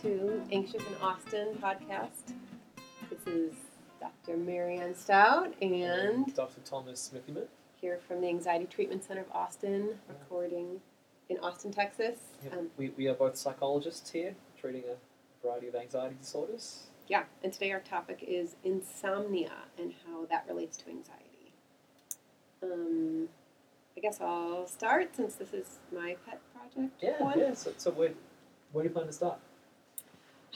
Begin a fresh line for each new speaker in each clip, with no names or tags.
to Anxious in Austin podcast. This is Dr. Marianne Stout and
Dr. Thomas Smithyman.
here from the Anxiety Treatment Center of Austin, recording in Austin, Texas.
Yep.
Um,
We, we are both psychologists here, treating a variety of anxiety disorders.
yeah, and today our topic is insomnia and how that relates to anxiety. Um, I guess I'll start since this is my pet project.
Yeah,
one.
yeah. So, so where, where do you plan to start?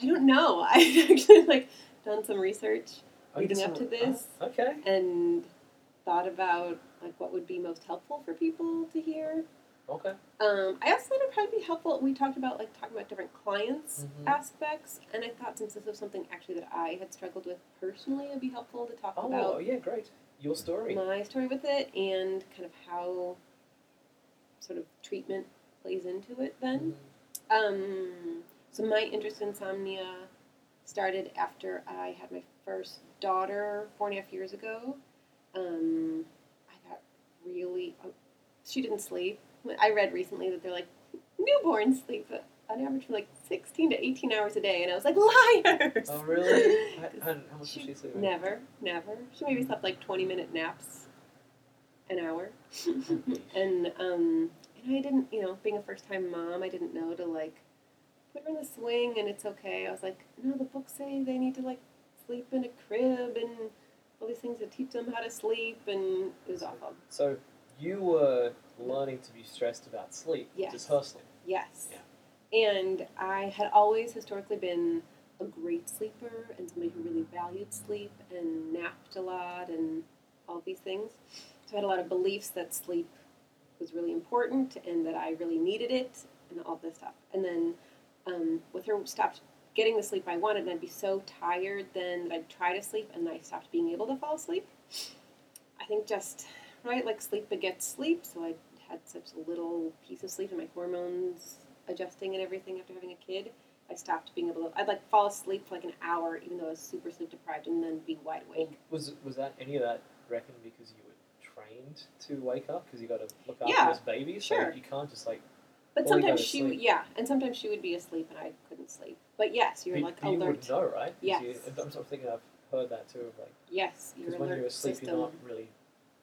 I don't know. I've actually like done some research
Oh, you
Leading
did
up
some-
to this.
oh, okay.
and thought about like what would be most helpful for people to hear.
Okay.
Um, I also thought it'd probably be helpful. We talked about like talking about different clients
Mhm.
aspects, and I thought since this was something actually that I had struggled with personally, it'd be helpful to talk
Oh,
about
yeah, great. Your story.
my story with it and kind of how sort of treatment plays into it. Then.
Mm,
Um, so my interest in insomnia started after I had my first daughter four and a half years ago. Um, I got really. oh, She didn't sleep. I read recently that they're like newborns sleep on average for like sixteen to eighteen hours a day, and I was like liars.
Oh, really? How, how, how much
She-
was she sleeping?
Never, never. She maybe slept like twenty minute naps, an hour, and um, and I didn't, you know, being a first time mom, I didn't know to like put her in the swing and it's okay. I was like, no, the books say they need to like sleep in a crib and all these things that teach them how to sleep, and it was awful.
So you were learning to be stressed about sleep,
Yes.
just her sleep.
Yes. And I had always historically been a great sleeper and somebody who really valued sleep and napped a lot and all these things. So I had a lot of beliefs that sleep was really important and that I really needed it and all this stuff. And then um, with her stopped getting the sleep I wanted, and I'd be so tired then that I'd try to sleep and I stopped being able to fall asleep. I think just right like sleep begets sleep, so I had such little piece of sleep and my hormones adjusting and everything after having a kid. I stopped being able to. I'd like fall asleep for like an hour, even though I was super sleep deprived, and then be wide awake.
Was was that any of that reckoned because you were trained to wake up because you got to look after
Yeah,
this baby?
sure.
So you can't just like.
But
Or you go
sometimes
to
she,
sleep.
yeah, and sometimes she would be asleep and I couldn't sleep. But yes, you're
but-
like
but you
alert.
would know, right? 'Cause
Yes.
You, I'm sort of thinking I've heard that too of like.
yes, your
Because
alert
when you're asleep,
system.
you're not really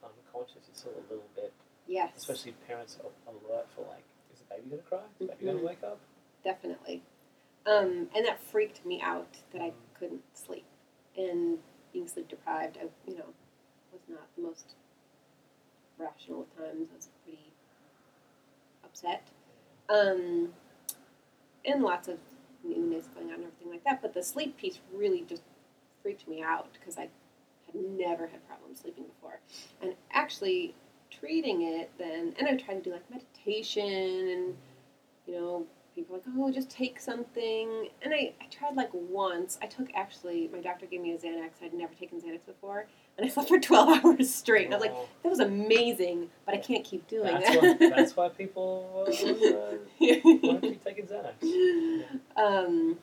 unconscious. It's still a little bit,
yes,
especially if parents are alert for like, is the baby gonna cry? Is the baby
Mhm.
gonna wake up?
definitely. Um, and that freaked me out that I
Mhm.
couldn't sleep, and being sleep deprived, I you know was not the most rational at times. I was pretty upset. Um, and lots of newness going on and everything like that. But the sleep piece really just freaked me out because I had never had problems sleeping before. And actually treating it then, and I tried to do like meditation and, you know, people are like, oh, just take something. And I, I tried like once. I took actually, my doctor gave me a Xanax. I'd never taken Xanax before. And I slept for 12 hours straight. And I was like,
Oh,
that was amazing, but I can't keep doing
that's why,
that.
that's why people uh, why don't you take Xanax?
um,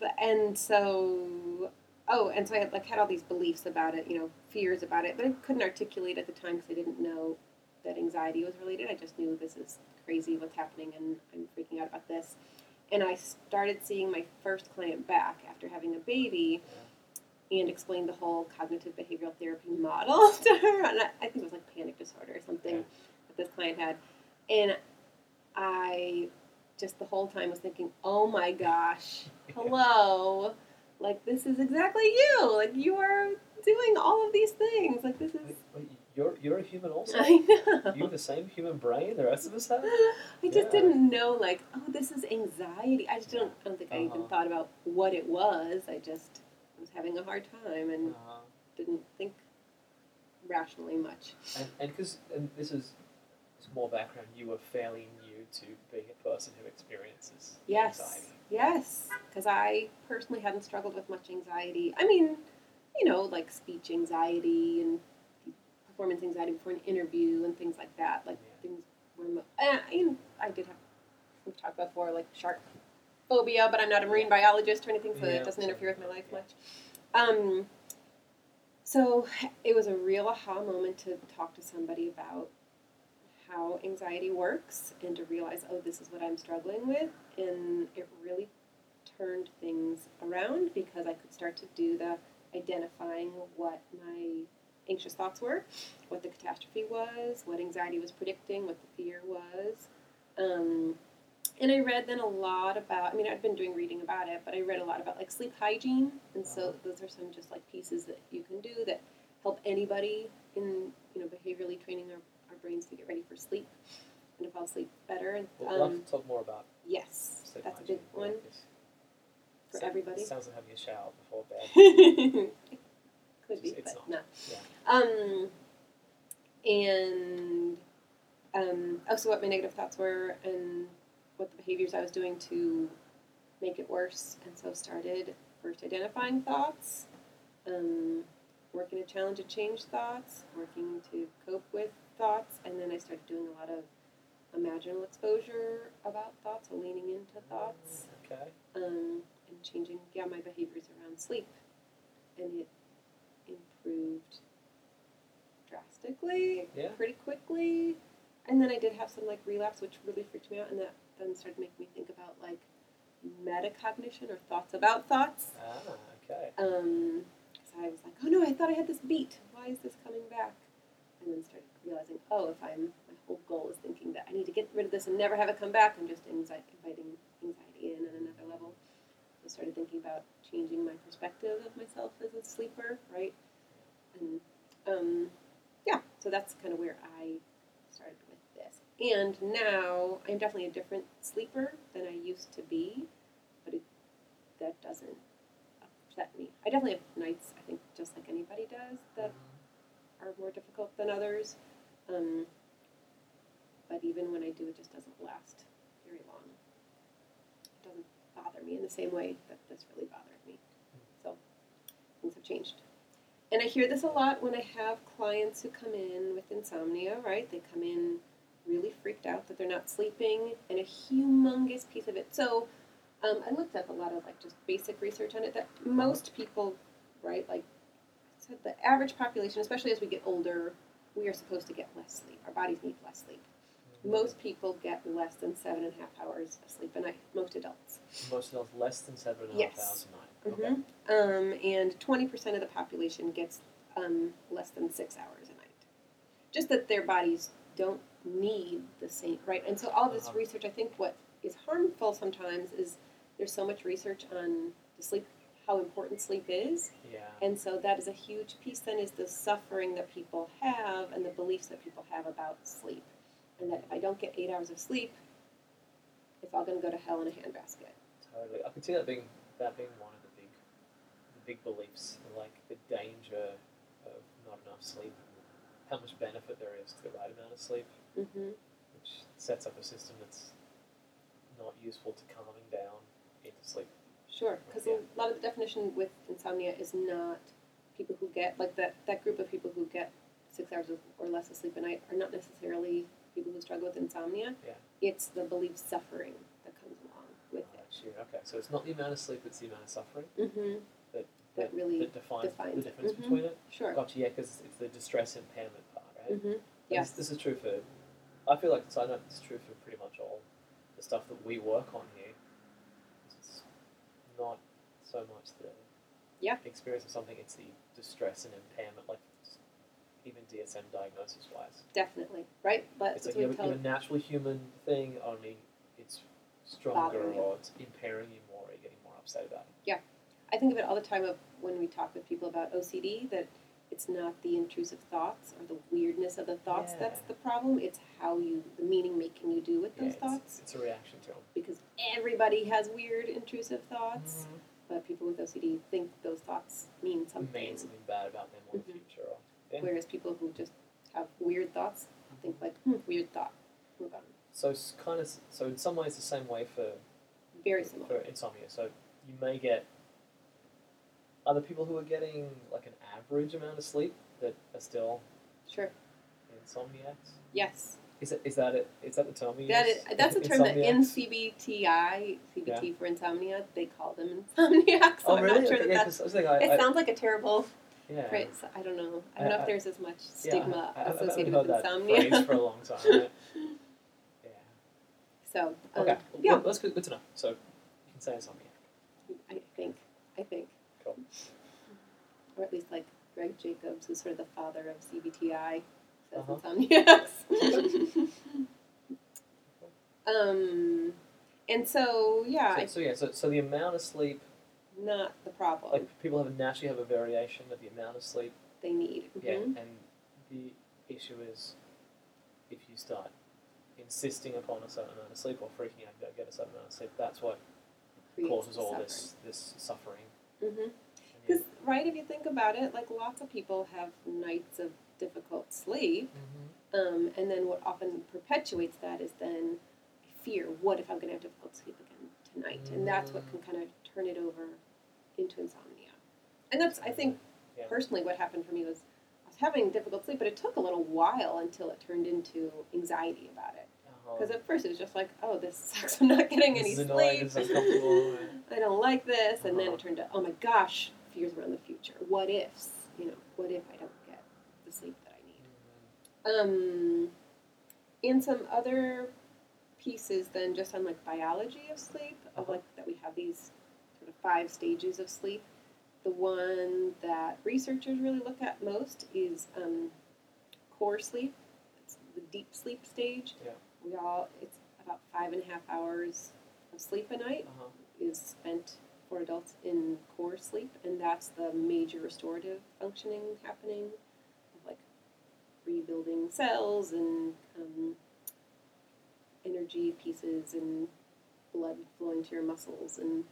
but, and so, oh, and so I had, like had all these beliefs about it, you know, fears about it, but I couldn't articulate at the time because I didn't know that anxiety was related. I just knew this is crazy, what's happening, and I'm freaking out about this. And I started seeing my first client back after having a baby. And explained the whole cognitive behavioral therapy model to her. And I, I think it was like panic disorder or something
Yeah.
that this client had. And I just the whole time was thinking, oh my gosh, hello. Like, this is exactly you. Like, you are doing all of these things. Like, this is.
Wait, wait, you're you're a human also.
I know.
You have the same human brain the rest of us have.
I just
Yeah.
didn't know, like, oh, this is anxiety. I just don't, I don't think I even
Uh-huh.
thought about what it was. I just was having a hard time and
Uh,
didn't think rationally much.
and and because and this is small background, you were fairly new to being a person who experiences
Yes.
anxiety.
Yes, because I personally hadn't struggled with much anxiety. I mean, you know, like speech anxiety and performance anxiety before an interview and things like that. Like
Yeah.
things were, mo- eh, I, mean, I did have we've talked about before, like shark phobia, but I'm not a marine biologist or anything, so
Yeah.
that doesn't interfere with my life much. Um, so it was a real aha moment to talk to somebody about how anxiety works and to realize, oh, this is what I'm struggling with. And it really turned things around because I could start to do the identifying what my anxious thoughts were, what the catastrophe was, what anxiety was predicting, what the fear was. Um, and I read then a lot about, I mean, I've been doing reading about it, but I read a lot about like sleep hygiene. And so
Uh-huh.
those are some just like pieces that you can do that help anybody in, you know, behaviorally training our, our brains to get ready for sleep and to fall asleep better. And,
We'll, we'll
um,
have to talk more about
yes,
sleep
that's a
hygiene
big
more,
one
'cause
for
so-
everybody.
Sounds like having a shower before bed.
Could be,
It's
but
not.
no.
Yeah.
Um, and um, also what my negative thoughts were and what the behaviors I was doing to make it worse. And so started first identifying thoughts, um, working to challenge and change thoughts, working to cope with thoughts, and then I started doing a lot of imaginal exposure about thoughts, so leaning into thoughts
Okay.
um, and changing yeah my behaviors around sleep, and it improved drastically,
Yeah.
pretty quickly. And then I did have some like relapse, which really freaked me out, and that then started making me think about like metacognition or thoughts about thoughts.
Ah, okay.
Um, because I was like, oh no, I thought I had this beat. Why is this coming back? And then started realizing, oh, if I'm my whole goal is thinking that I need to get rid of this and never have it come back, I'm just anxiety, inviting anxiety in on another level. So started thinking about changing my perspective of myself as a sleeper, right? And um, yeah, so that's kind of where I started with this. And now I'm definitely a different sleeper than I used to be, but it, that doesn't upset me. I definitely have nights, I think, just like anybody does, that are more difficult than others. Um, but even when I do, it just doesn't last very long. It doesn't bother me in the same way that this really bothered me. So things have changed. And I hear this a lot when I have clients who come in with insomnia, right? They come in really freaked out that they're not sleeping, and a humongous piece of it. So um, I looked up a lot of like just basic research on it that most people, right, like so the average population, especially as we get older, we are supposed to get less sleep. Our bodies need less sleep.
Mm-hmm.
Most people get less than seven and a half hours of sleep a night, most adults.
Most adults less than seven and a half
Yes.
hours a night.
Mhm. Um, and 20% of the population gets um, less than six hours a night. Just that their bodies don't need the same, right? And so all this
Uh-huh.
research, I think what is harmful sometimes is there's so much research on the sleep, how important sleep is,
Okay. Yeah.
and so that is a huge piece then is the suffering that people have and the beliefs that people have about sleep. And that if I don't get eight hours of sleep, it's all gonna go to hell in a handbasket.
Totally. I could see that being that being one of the big the big beliefs, like the danger of not enough sleep, how much benefit there is to the right amount of sleep,
Mm-hmm.
which sets up a system that's not useful to calming down into sleep.
Sure, because
Yeah.
a lot of the definition with insomnia is not people who get like that that group of people who get six hours of, or less of sleep a night are not necessarily people who struggle with insomnia.
Yeah.
It's the belief suffering that comes along with
Oh, shoot, Okay, so it's not the amount of sleep; it's the amount of suffering
it. Mm-hmm.
that
That really
that defines,
defines
the
it.
difference
Mhm.
between it.
Sure.
Gotcha. Yeah, because it's the distress impairment part, right?
Mm-hmm.
And
Yes.
This, this is true for, I feel like it's, I know it's true for pretty much all the stuff that we work on here. It's not so much the
Yeah.
experience of something, it's the distress and impairment, like s- even DSM diagnosis wise.
Definitely. Right. But
It's
that's
like
what
you
we
have, a-
tell
you have a natural human thing, only it's stronger
Bothering you.
or it's impairing you more, or you're getting more upset about it.
I think of it all the time of when we talk with people about OCD that it's not the intrusive thoughts or the weirdness of the thoughts
Yeah.
that's the problem. It's how you the meaning making you do with
Yeah,
those
it's,
thoughts
it's a reaction to them.
because everybody has weird intrusive thoughts,
Mhm.
but people with OCD think those thoughts mean
It
something,
means something bad about them or the
Mhm.
future. Or, yeah.
whereas people who just have weird thoughts think like hmm, weird thought. Move on.
So it's kind of, so in some ways the same way for
Very
for-
similar.
for insomnia. So you may get other people who are getting like an average amount of sleep that are still
Sure.
insomniacs.
Yes.
Is it is that it is that the term you
That
use?
is, that's a term that in
Insomniacs?
CBTI, CBT for insomnia, they call them insomniacs. So
Oh really?
I'm not sure that
yeah,
that's.
'cause I was like, I,
It
I,
sounds like a terrible
yeah.
phrase. I don't know. I don't know
I-
if
I-
there's as much
Yeah,
stigma
I, I, haven't
associated
heard
with
that
insomnia.
phrase for a long time. right? yeah.
so, um,
Okay.
yeah. Um,
Well, that's good, good to know. So you can say insomniac.
I think. I think.
Cool.
Or at least like Greg Jacobs, who's sort of the father of CBTI, says
Uh-huh.
it's on yes. um, and so yeah,
So,
it's
so yeah, so, so the amount of sleep,
not the problem
like people have naturally have a variation of the amount of sleep.
they need.
Yeah,
Mhm.
and the issue is if you start insisting upon a certain amount of sleep or freaking out, don't get a certain amount of sleep. That's what
Creates
causes
the
all
suffering.
this this suffering.
Mhm.
And
Because, right, if you think about it, like lots of people have nights of difficult sleep. Um, and then what often perpetuates that is then fear what if I'm going to have difficult sleep again tonight? And that's what can kind of turn it over into insomnia. And that's, I think,
Yeah.
personally, what happened for me was I was having difficult sleep, but it took a little while until it turned into anxiety about it. Because at first it was just like, oh, this sucks. Mm-hmm. I'm not getting
Um, This
any
is annoying,
sleep.
this is uncomfortable, right.
I don't like this. And then
Uh-huh.
it turned to, oh my gosh, fears around the future. What ifs? You know, what if I don't get the sleep that I need? Um, and some other pieces then just on like biology of sleep, of
Uh-huh.
like that we have these sort of five stages of sleep. The one that researchers really look at most is um, core sleep. It's the deep sleep stage.
Yeah.
We all it's about five and a half hours of sleep a night
Uh-huh.
is spent for adults in core sleep, and that's the major restorative functioning happening, of like rebuilding cells and um, energy pieces and blood flowing to your muscles and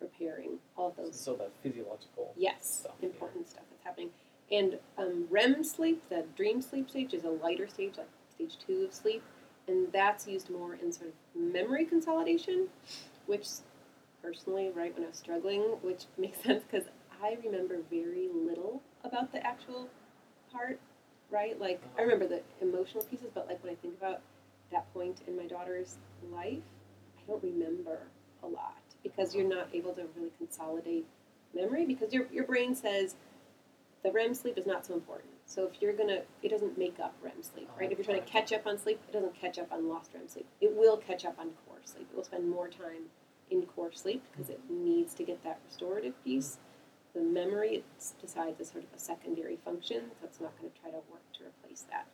repairing all of
So
those
it's all that physiological.
Yes,
stuff, yeah.
important stuff that's happening. And um, REM sleep, the dream sleep stage, is a lighter stage, like stage two of sleep, and that's used more in sort of memory consolidation, which personally, right when I was struggling, which makes sense because I remember very little about the actual part, right? Like I remember the emotional pieces, but like when I think about that point in my daughter's life, I don't remember a lot because you're not able to really consolidate memory because your, your brain says the REM sleep is not so important. So if you're gonna, it doesn't make up REM sleep,
Oh,
right? If you're trying to
okay.
catch up on sleep, it doesn't catch up on lost REM sleep. It will catch up on core sleep. It will spend more time in core sleep because it needs to get that restorative piece. The memory it s- decides is sort of a secondary function, so it's not going to try to work to replace that.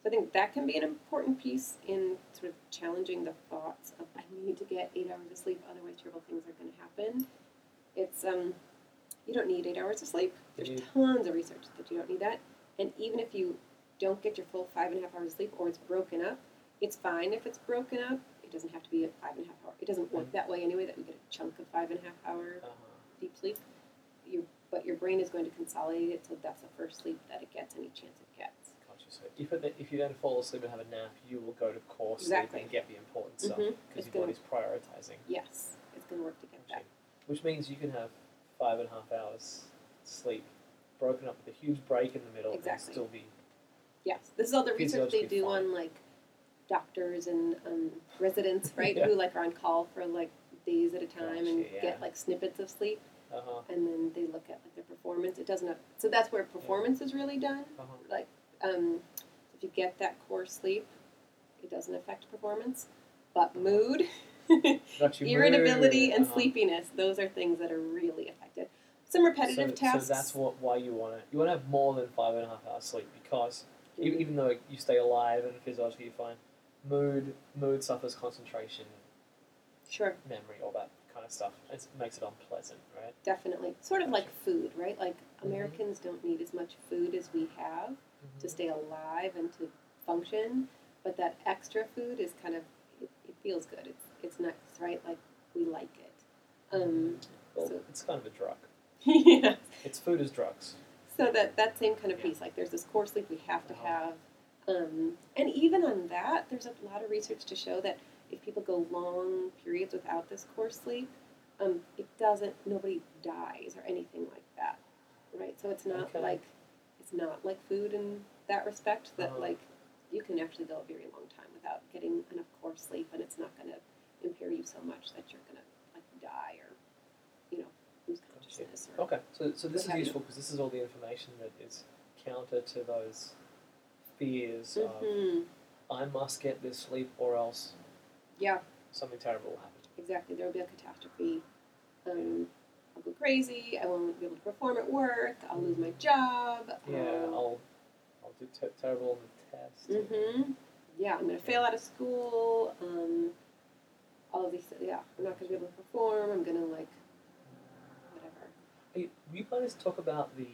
So I think that can be an important piece in sort of challenging the thoughts of I need to get eight hours of sleep, otherwise terrible things are going to happen. It's um, you don't need eight hours of sleep. There's
You-
tons of research that you don't need that, and even if you don't get your full five and a half hours of sleep or it's broken up, it's fine if it's broken up. It doesn't have to be a five and a half hour. It doesn't work that way anyway. That we get a chunk of five and a half hour
Uh-huh.
deep sleep. Your but your brain is going to consolidate it, so that's the first sleep that it gets any chance it gets.
Gotcha. So if, it- if you then fall asleep and have a nap, you will go to core
Exactly.
sleep and get the important stuff
Mhm. It's
because your
gonna-
body's prioritizing.
Yes, it's going to work to get that.
Which means you can have five and a half hours sleep broken up with a huge break in the middle
Exactly.
and still be.
Yes, this is all the
Feels
research they
logically
do
fine.
on like doctors and um, residents, right?
Yeah.
Who like are on call for like days at a time and
Gotcha, yeah.
get like snippets of sleep,
Uh-huh.
and then they look at like their performance. It doesn't. Have, so that's where performance is really done.
Uh-huh.
um, if you get that core sleep, it doesn't affect performance, but mood,
But you
irritability,
move,
and
uh-huh.
sleepiness, those are things that are really affected. Some repetitive
so,
tasks.
So that's what why you want to you want to have more than five and a half hours sleep because e-
Mhm.
even though you stay alive and physiologically you're fine, mood mood suffers concentration,
Sure,
memory, all that kind of stuff. It makes it unpleasant, right?
definitely. Sort of like food, right? Like
Mhm.
Americans don't need as much food as we have to stay alive and to function, but that extra food is kind of, it, it feels good. It's, it's nice, right? Like we like it. Um,
Well,
so-
it's kind of a drug.
yeah.
It's food as drugs.
So that that same kind of
Yeah.
piece, like there's this core sleep we have to
Uh-huh.
have, um, and even on that, there's a lot of research to show that if people go long periods without this core sleep, um, it doesn't. Nobody dies or anything like that, right? So it's not
Okay.
like it's not like food in that respect. That
Uh-huh.
like you can actually go a very long time without getting enough core sleep, and it's not going to impair you so much that you're going to like die or you know lose consciousness or
Okay, so, so this is
have you.
useful because this is all the information that is counter to those fears
Mhm.
of I must get this sleep or else
yeah.
something terrible will happen.
Exactly, there will be a catastrophe. Um, I'll go crazy. I won't be able to perform at work. I'll lose my job.
Yeah,
Um,
I'll I'll do ter- terrible on the test.
Mm-hmm. Yeah, I'm gonna fail out of school. Um, all of these. Yeah, I'm not gonna be able to perform. I'm gonna like, whatever.
Hey, you guys talk about the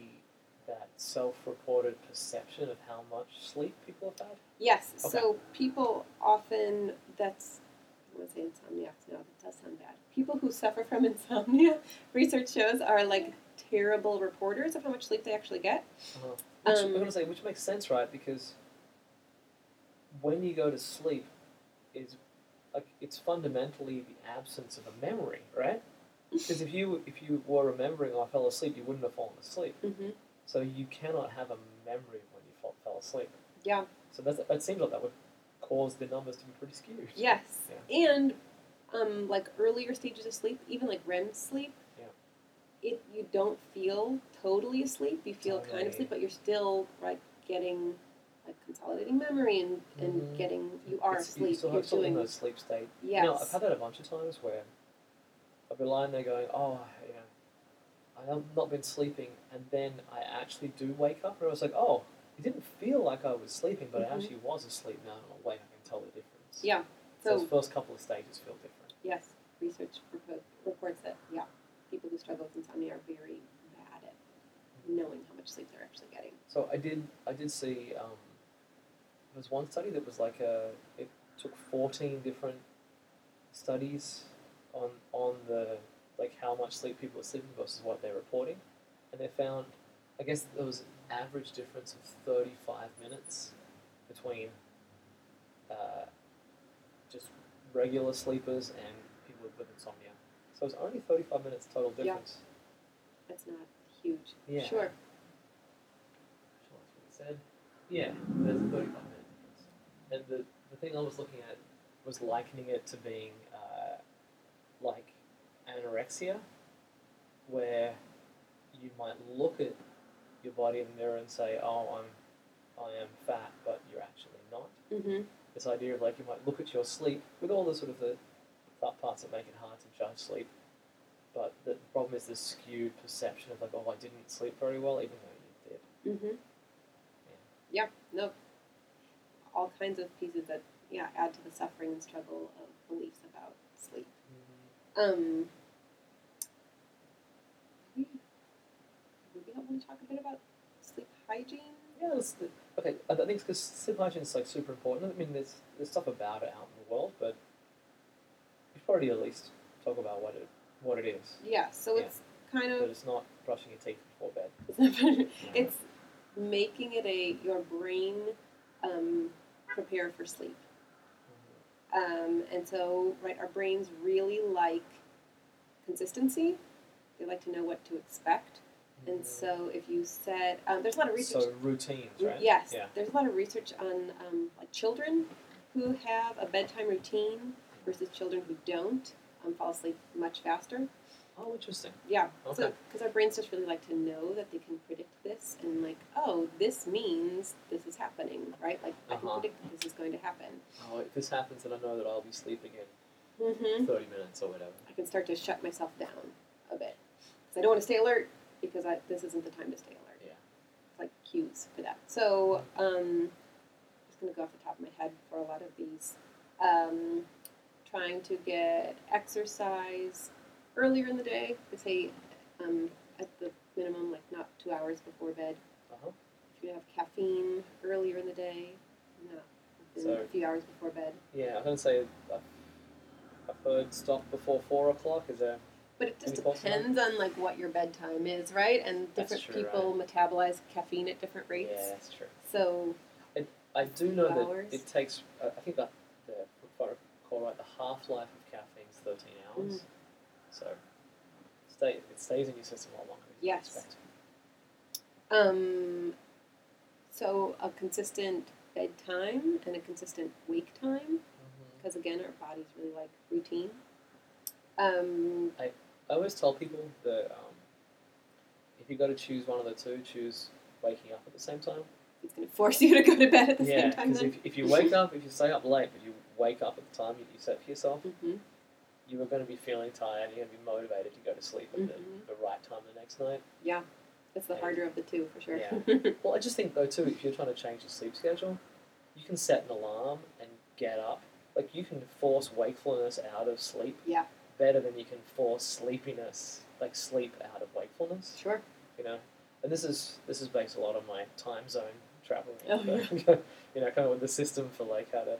that self-reported perception of how much sleep people have had.
Yes.
Okay.
So people often that's I would say insomniacs. No, that does sound bad. People who suffer from insomnia, research shows, are like terrible reporters of how much sleep they actually get.
Which,
Um,
I'm gonna say, which makes sense, right? Because when you go to sleep, is like it's fundamentally the absence of a memory, right? Because if you if you were remembering or fell asleep, you wouldn't have fallen asleep.
Mm-hmm.
So you cannot have a memory when you fall, fell asleep.
Yeah.
So that's, that seems like that would cause the numbers to be pretty skewed.
Yes. And um, like earlier stages of sleep, even like REM sleep,
Yeah.
it you don't feel totally asleep. You feel kind of
Totally.
asleep, but you're still like getting like consolidating memory and, and
Mhm.
getting you are
It's-
asleep.
You still
are
have sort of
doing
those sleep state.
yes.
You know, I've had that a bunch of times where I've been lying there going, oh, you know, I have not been sleeping, and then I actually do wake up, and I was like, oh, it didn't feel like I was sleeping, but
Mhm.
I actually was asleep now, and I'm awake, I can tell the difference.
Yeah. So-
So, those first couple of stages feel different.
Yes, research repo- reports that, yeah, people who struggle with insomnia are very bad at knowing how much sleep they're actually getting.
So I did, I did see, um, there was one study that was like a, it took 14 different studies on, on the, like how much sleep people were sleeping versus what they're reporting. and they found, I guess there was an average difference of 35 minutes between uh, just regular sleepers and people with insomnia. So it was only 35 minutes total
Yeah.
difference.
That's not huge.
Yeah.
Sure.
Sure, that's what it said. Yeah, there's a 35 minute difference. And the, the thing I was looking at was likening it to being uh, like anorexia, where you might look at your body in the mirror and say, oh, I'm, I am fat, but you're actually not.
Mm-hmm.
This idea of like you might look at your sleep with all the sort of the thought parts that make it hard to judge sleep, but the problem is the skewed perception of like, oh, I didn't sleep very well, even though you did.
Mm-hmm. Yeah. No. All kinds of pieces that yeah add to the suffering and struggle of beliefs about sleep. Um. hmm. we- Maybe I want to talk a bit about sleep hygiene.
Yeah, that's the, okay. I think because sleep hygiene is like super important. I mean, there's there's stuff about it out in the world, but we should probably at least talk about what it what it is.
Yeah. So
Yeah.
it's kind
That
of
it's not brushing your teeth before bed.
it's making it a your brain um, prepare for sleep um, and so right our brains really like consistency they like to know what to expect
Mm-hmm.
and so if you set um, there's a lot of research
Mm.
Mm,
So routines, right?
Yes,
Yeah.
there's a lot of research on um, like children who have a bedtime routine versus children who don't um, fall asleep much faster.
Oh, interesting.
Yeah,
Okay.
so, because our brains just really like to know that they can predict this and, like, oh, this means this is happening, right? Like, I
Uh-huh.
can predict that this is going to happen.
oh, if this happens, then I know that I'll be sleeping in
Mm-hmm.
thirty minutes or whatever.
I can start to shut myself down a bit. 'Cause I don't want to stay alert because I, this isn't the time to stay alert.
Yeah.
It's like cues for that. So, um, just going to go off the top of my head for a lot of these. Um, trying to get exercise earlier in the day, they say um, at the minimum, like not two hours before bed.
Uh-huh.
If you have caffeine earlier in the day, not within
So-
a few hours before bed.
Yeah, I'm gonna say I've, I've heard stop before four o'clock. Is there?
But it just
Any thoughts on that?
depends on like what your bedtime is, right? And
That's
different
true,
people metabolize caffeine at different rates.
Yeah, that's true.
So
I do know
Hours.
that it takes. I I think that the if I recall right, the half life of caffeine is thirteen hours.
Mm.
So stay it stays in your system a lot longer. than you
Yes.
expect.
um so a consistent bedtime and a consistent wake time because again our bodies really like routine. Um
I always tell people that um, if you got to choose one of the two, choose waking up at the same time.
it's going to force you to go to bed at the
yeah,
same time
because
then.
if, if you wake up, if you stay up late, if you wake up at the time you, you set for yourself,
Mhm.
you were going to be feeling tired. You're going to be motivated to go to sleep at
Mhm.
the, the right time the next night.
Yeah, it's the
Yeah.
harder of the two for sure.
Well, I just think though too, if you're trying to change your sleep schedule, you can set an alarm and get up. Like you can force wakefulness out of sleep.
Yeah.
Better than you can force sleepiness, like sleep out of wakefulness.
sure.
You know, and this is this is based a lot on my time zone traveling.
Oh,
but, you know, kind of with the system for like how to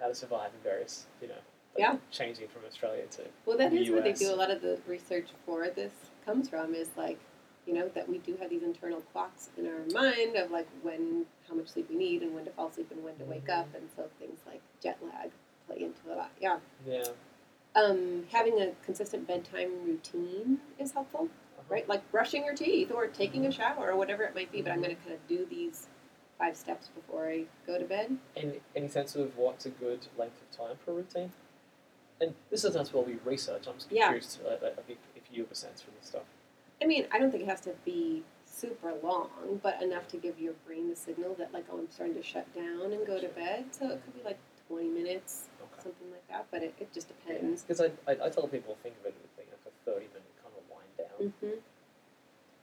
how to survive in various you know. Like
Yeah.
Changing from Australia to
Well, that is where they
US.
do a lot of the research for this comes from is like, you know, that we do have these internal clocks in our mind of like when, how much sleep we need and when to fall asleep and when to wake up. And so things like jet lag play into a lot. Yeah.
yeah. Uh-huh.
Um, having a consistent bedtime routine is helpful, right? Like brushing your teeth or taking a shower or whatever it might be. But I'm going to kind of do these five steps before I go to bed.
any, any sense of what's a good length of time for a routine? And this is not what we research. I'm just
Yeah.
curious to, uh, uh, if, if you have a sense for this stuff.
I mean, I don't think it has to be super long, but enough to give your brain the signal that like, oh, I'm starting to shut down and go to bed. So it could be like 20 minutes,
Okay.
something like that. But it, it just depends.
Because I, I, I tell people think of it as being like a 30 minute kind of wind down.
hmm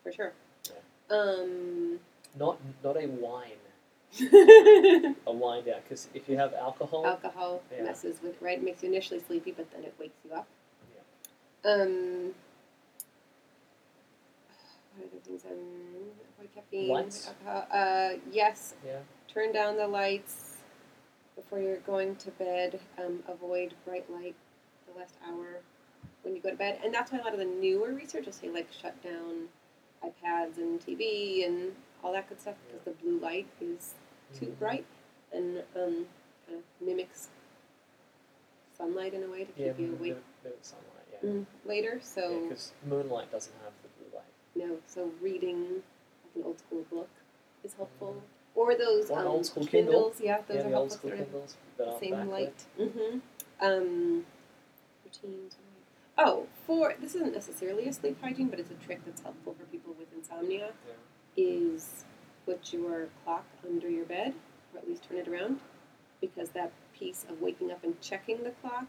For sure. Um.
Not not a wine, a wind down. Because if you have alcohol,
alcohol
Yeah.
messes with right. It makes you initially sleepy, but then it wakes you up. Um. What other things? Um, avoid caffeine.
Lights?
Alcohol. Uh, yes,
yeah.
turn down the lights before you're going to bed. Um, avoid bright light the last hour when you go to bed. And that's why a lot of the newer research will say, like, shut down iPads and TV and all that good stuff because the blue light is too
Mhm.
bright and um, kind of mimics sunlight in a way to keep
Yeah, mm-hmm. mm,
you awake
the- the sunlight, yeah.
mm, later. So,
Because moonlight doesn't have the blue light.
no, so reading like an old school book is helpful. Or those
Mm-hmm. Or an
um,
old school Kindle.
Kindles, yeah, those
yeah,
are
the old
helpful.
school
They don't have
Kindles that aren't
same
backlit.
light. Mm-hmm. Um, routines. Oh, for this isn't necessarily a sleep hygiene, but it's a trick that's helpful for people with insomnia.
Yeah.
Is put your clock under your bed, or at least turn it around, because that piece of waking up and checking the clock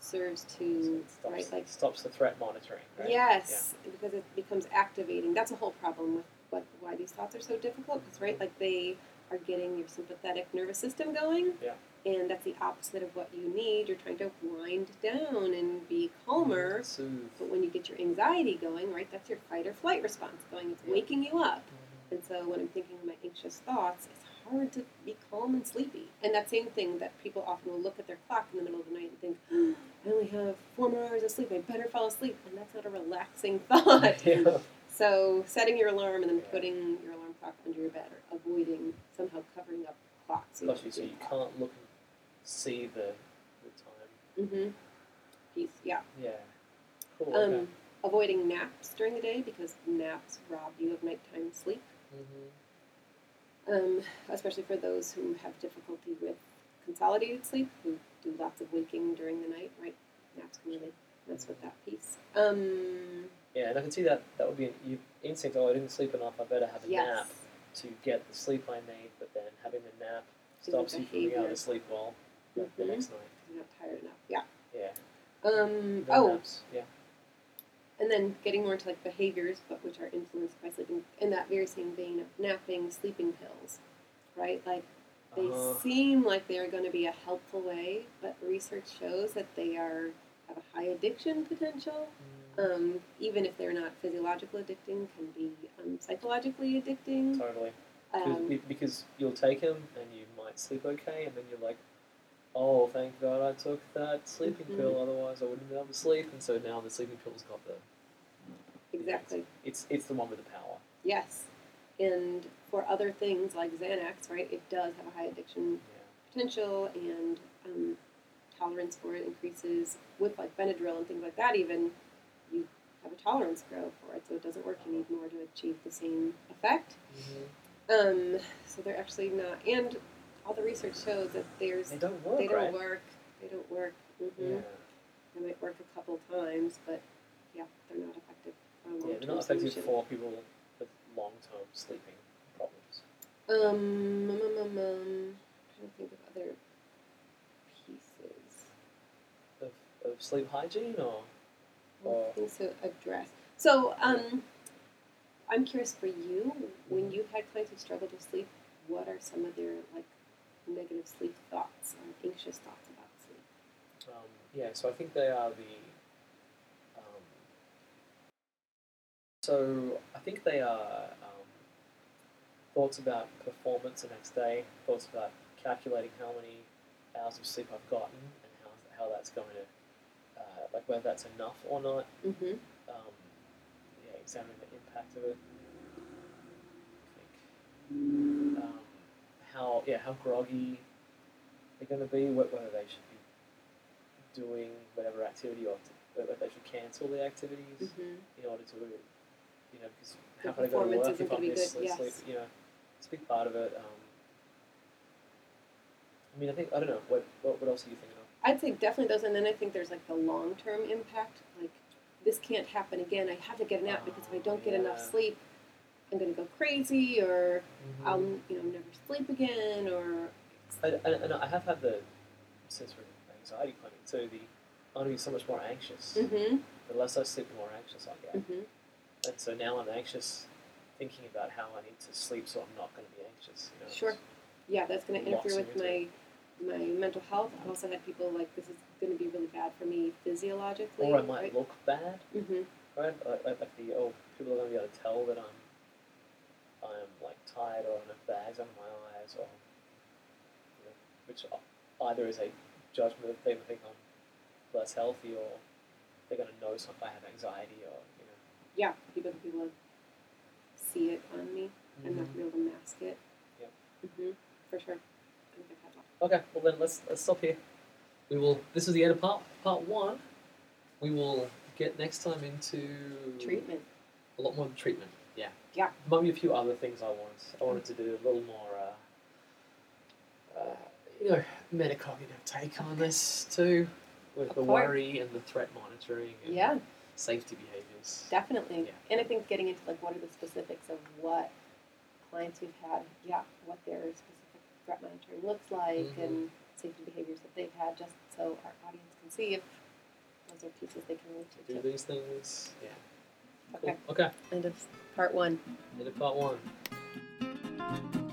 serves
So
to
it stops,
right like
stops the threat monitoring, right?
Yes, because it becomes activating. That's a whole problem with what why these thoughts are so difficult. Because right, like they are getting your sympathetic nervous system going.
Yeah.
And that's the opposite of what you need. You're trying to wind down and be calmer.
Soothe.
But when you get your anxiety going, right, that's your fight or flight response going. It's
Yeah.
waking you up.
Mhm.
And so when I'm thinking of my anxious thoughts, it's hard to be calm and sleepy. And that same thing that people often will look at their clock in the middle of the night and think, "Oh, I only have four more hours of sleep, I better fall asleep. And that's not a relaxing thought.
yeah.
so setting your alarm and then
Yeah.
putting your alarm clock under your bed or avoiding somehow covering up clocks.
Lucky, so you can't look and see the, the time.
Mm-hmm. Peace, yeah.
Yeah. Cool.
Um,
okay.
Avoiding naps during the day because naps rob you of nighttime sleep.
hmm
um, especially for those who have difficulty with consolidated sleep, who do lots of waking during the night, right? Naps can really mess with that piece. Um,
Yeah, and I can see that that would be an e- instinct. Oh, I didn't sleep enough. I better have a
yes.
nap to get the sleep I need. But then having the nap
Is a
stops you from being able
behavior.
to sleep well the- the
Mhm.
next night.
I'm not tired enough. Yeah.
Yeah.
Um,
The
oh,
naps, Yeah.
and then getting more into like behaviors, but which are influenced by sleeping. In that very same vein of napping, sleeping pills, right? Like they
Uh-huh.
seem like they are going to be a helpful way, but research shows that they are have a high addiction potential.
Mm,
um, even if they're not physiological addicting, can be um, psychologically addicting.
Mm, Totally. 'Cause-
Um,
be- because you'll take them and you might sleep okay, and then you're like, oh, thank God I took that sleeping
Mhm.
pill. Otherwise, I wouldn't have been able to sleep. And so now the sleeping pill's got the
exactly.
It's it's the one with the power.
Yes. And for other things like Xanax, right, it does have a high addiction potential and um, tolerance for it increases with like Benadryl and things like that, even you have a tolerance grow for it. So it doesn't work. You need more to achieve the same effect. Um, so they're actually not, and all the research shows that there's,
They don't work,
they don't
right?
work. They don't work. hmm
Yeah.
They might work a couple times, but yeah, they're not effective for a long
yeah,
term
they're not effective for people with long term sleeping problems.
Um, um, um, um, um, trying to think of other pieces.
Of, of of sleep hygiene or Oh.
Well, things to address. So, um, I'm curious for you,
Mm-hmm.
when you've had clients who struggle to sleep, what are some of their like negative sleep thoughts or anxious thoughts about sleep?
um, yeah, so I think they are the. Um, so I think they are um, thoughts about performance the next day, thoughts about calculating how many hours of sleep I've gotten and how, how that's going to, uh, like whether that's enough or not.
Mm-hmm.
um, yeah, examining the impact of it. Like, um, how yeah, how groggy they're going to be, wh- whether they should be doing whatever activity or t- whether they should cancel the activities
Mm-hmm.
in order to, you know, because
The
how can I go to
performance
work
isn't
if I
gonna be
miss
good,
sleep, sleep?
yes.
You know, it's a big part of it. Um, I mean, I think I don't know what what, what else are you thinking of?
I'd say definitely those, and then I think there's like the long term impact. Like this can't happen again. I have to get a nap because if I don't get enough
Yeah.
sleep, I'm gonna go crazy, or I'll
Um,
you know never sleep again, or
I, I, and I have had the since we're in anxiety clinic too. The I'm gonna be so much more anxious.
mm-hmm,
The less I sleep, the more anxious I get.
mm-hmm.
And so now I'm anxious, thinking about how I need to sleep so I'm not going to be anxious. You know?
Sure. yeah, that's going to
Locks
interfere
you
with
into
my my mental health. I've also had people like this is going to be really bad for me physiologically.
Or I might look bad,
hmm
right? Like, like, like the oh, people are going to be able to tell that I'm, I'm like tired or I have bags under my eyes or, you know, which e- either is a judgment of them think I'm less healthy or they're going to know some- I have anxiety or you know.
Yeah, people can people see it on me. I'm not going to be able to mask it.
Mm-hmm. Yep.
hmm For sure. I think I've had lots.
Okay, well then let's let's stop here. We will. This is the end of part part one. We will get next time into
Treatment.
a lot more treatment. Yeah.
Yeah.
Might be a few other things I wanted. I wanted to do a little more. Uh, uh, you know, metacognitive take on this too, with
Of
the
course.
worry and the threat monitoring and
Yeah,
safety behaviors.
definitely.
Yeah.
And I think getting into like what are the specifics of what clients we've had, yeah, what their specific threat monitoring looks like
Mhm.
and safety behaviors that they've had, just so our audience can see if those are pieces they can relate to.
Do these things. Yeah.
Okay.
Cool. Okay.
End of part one.
End of part one.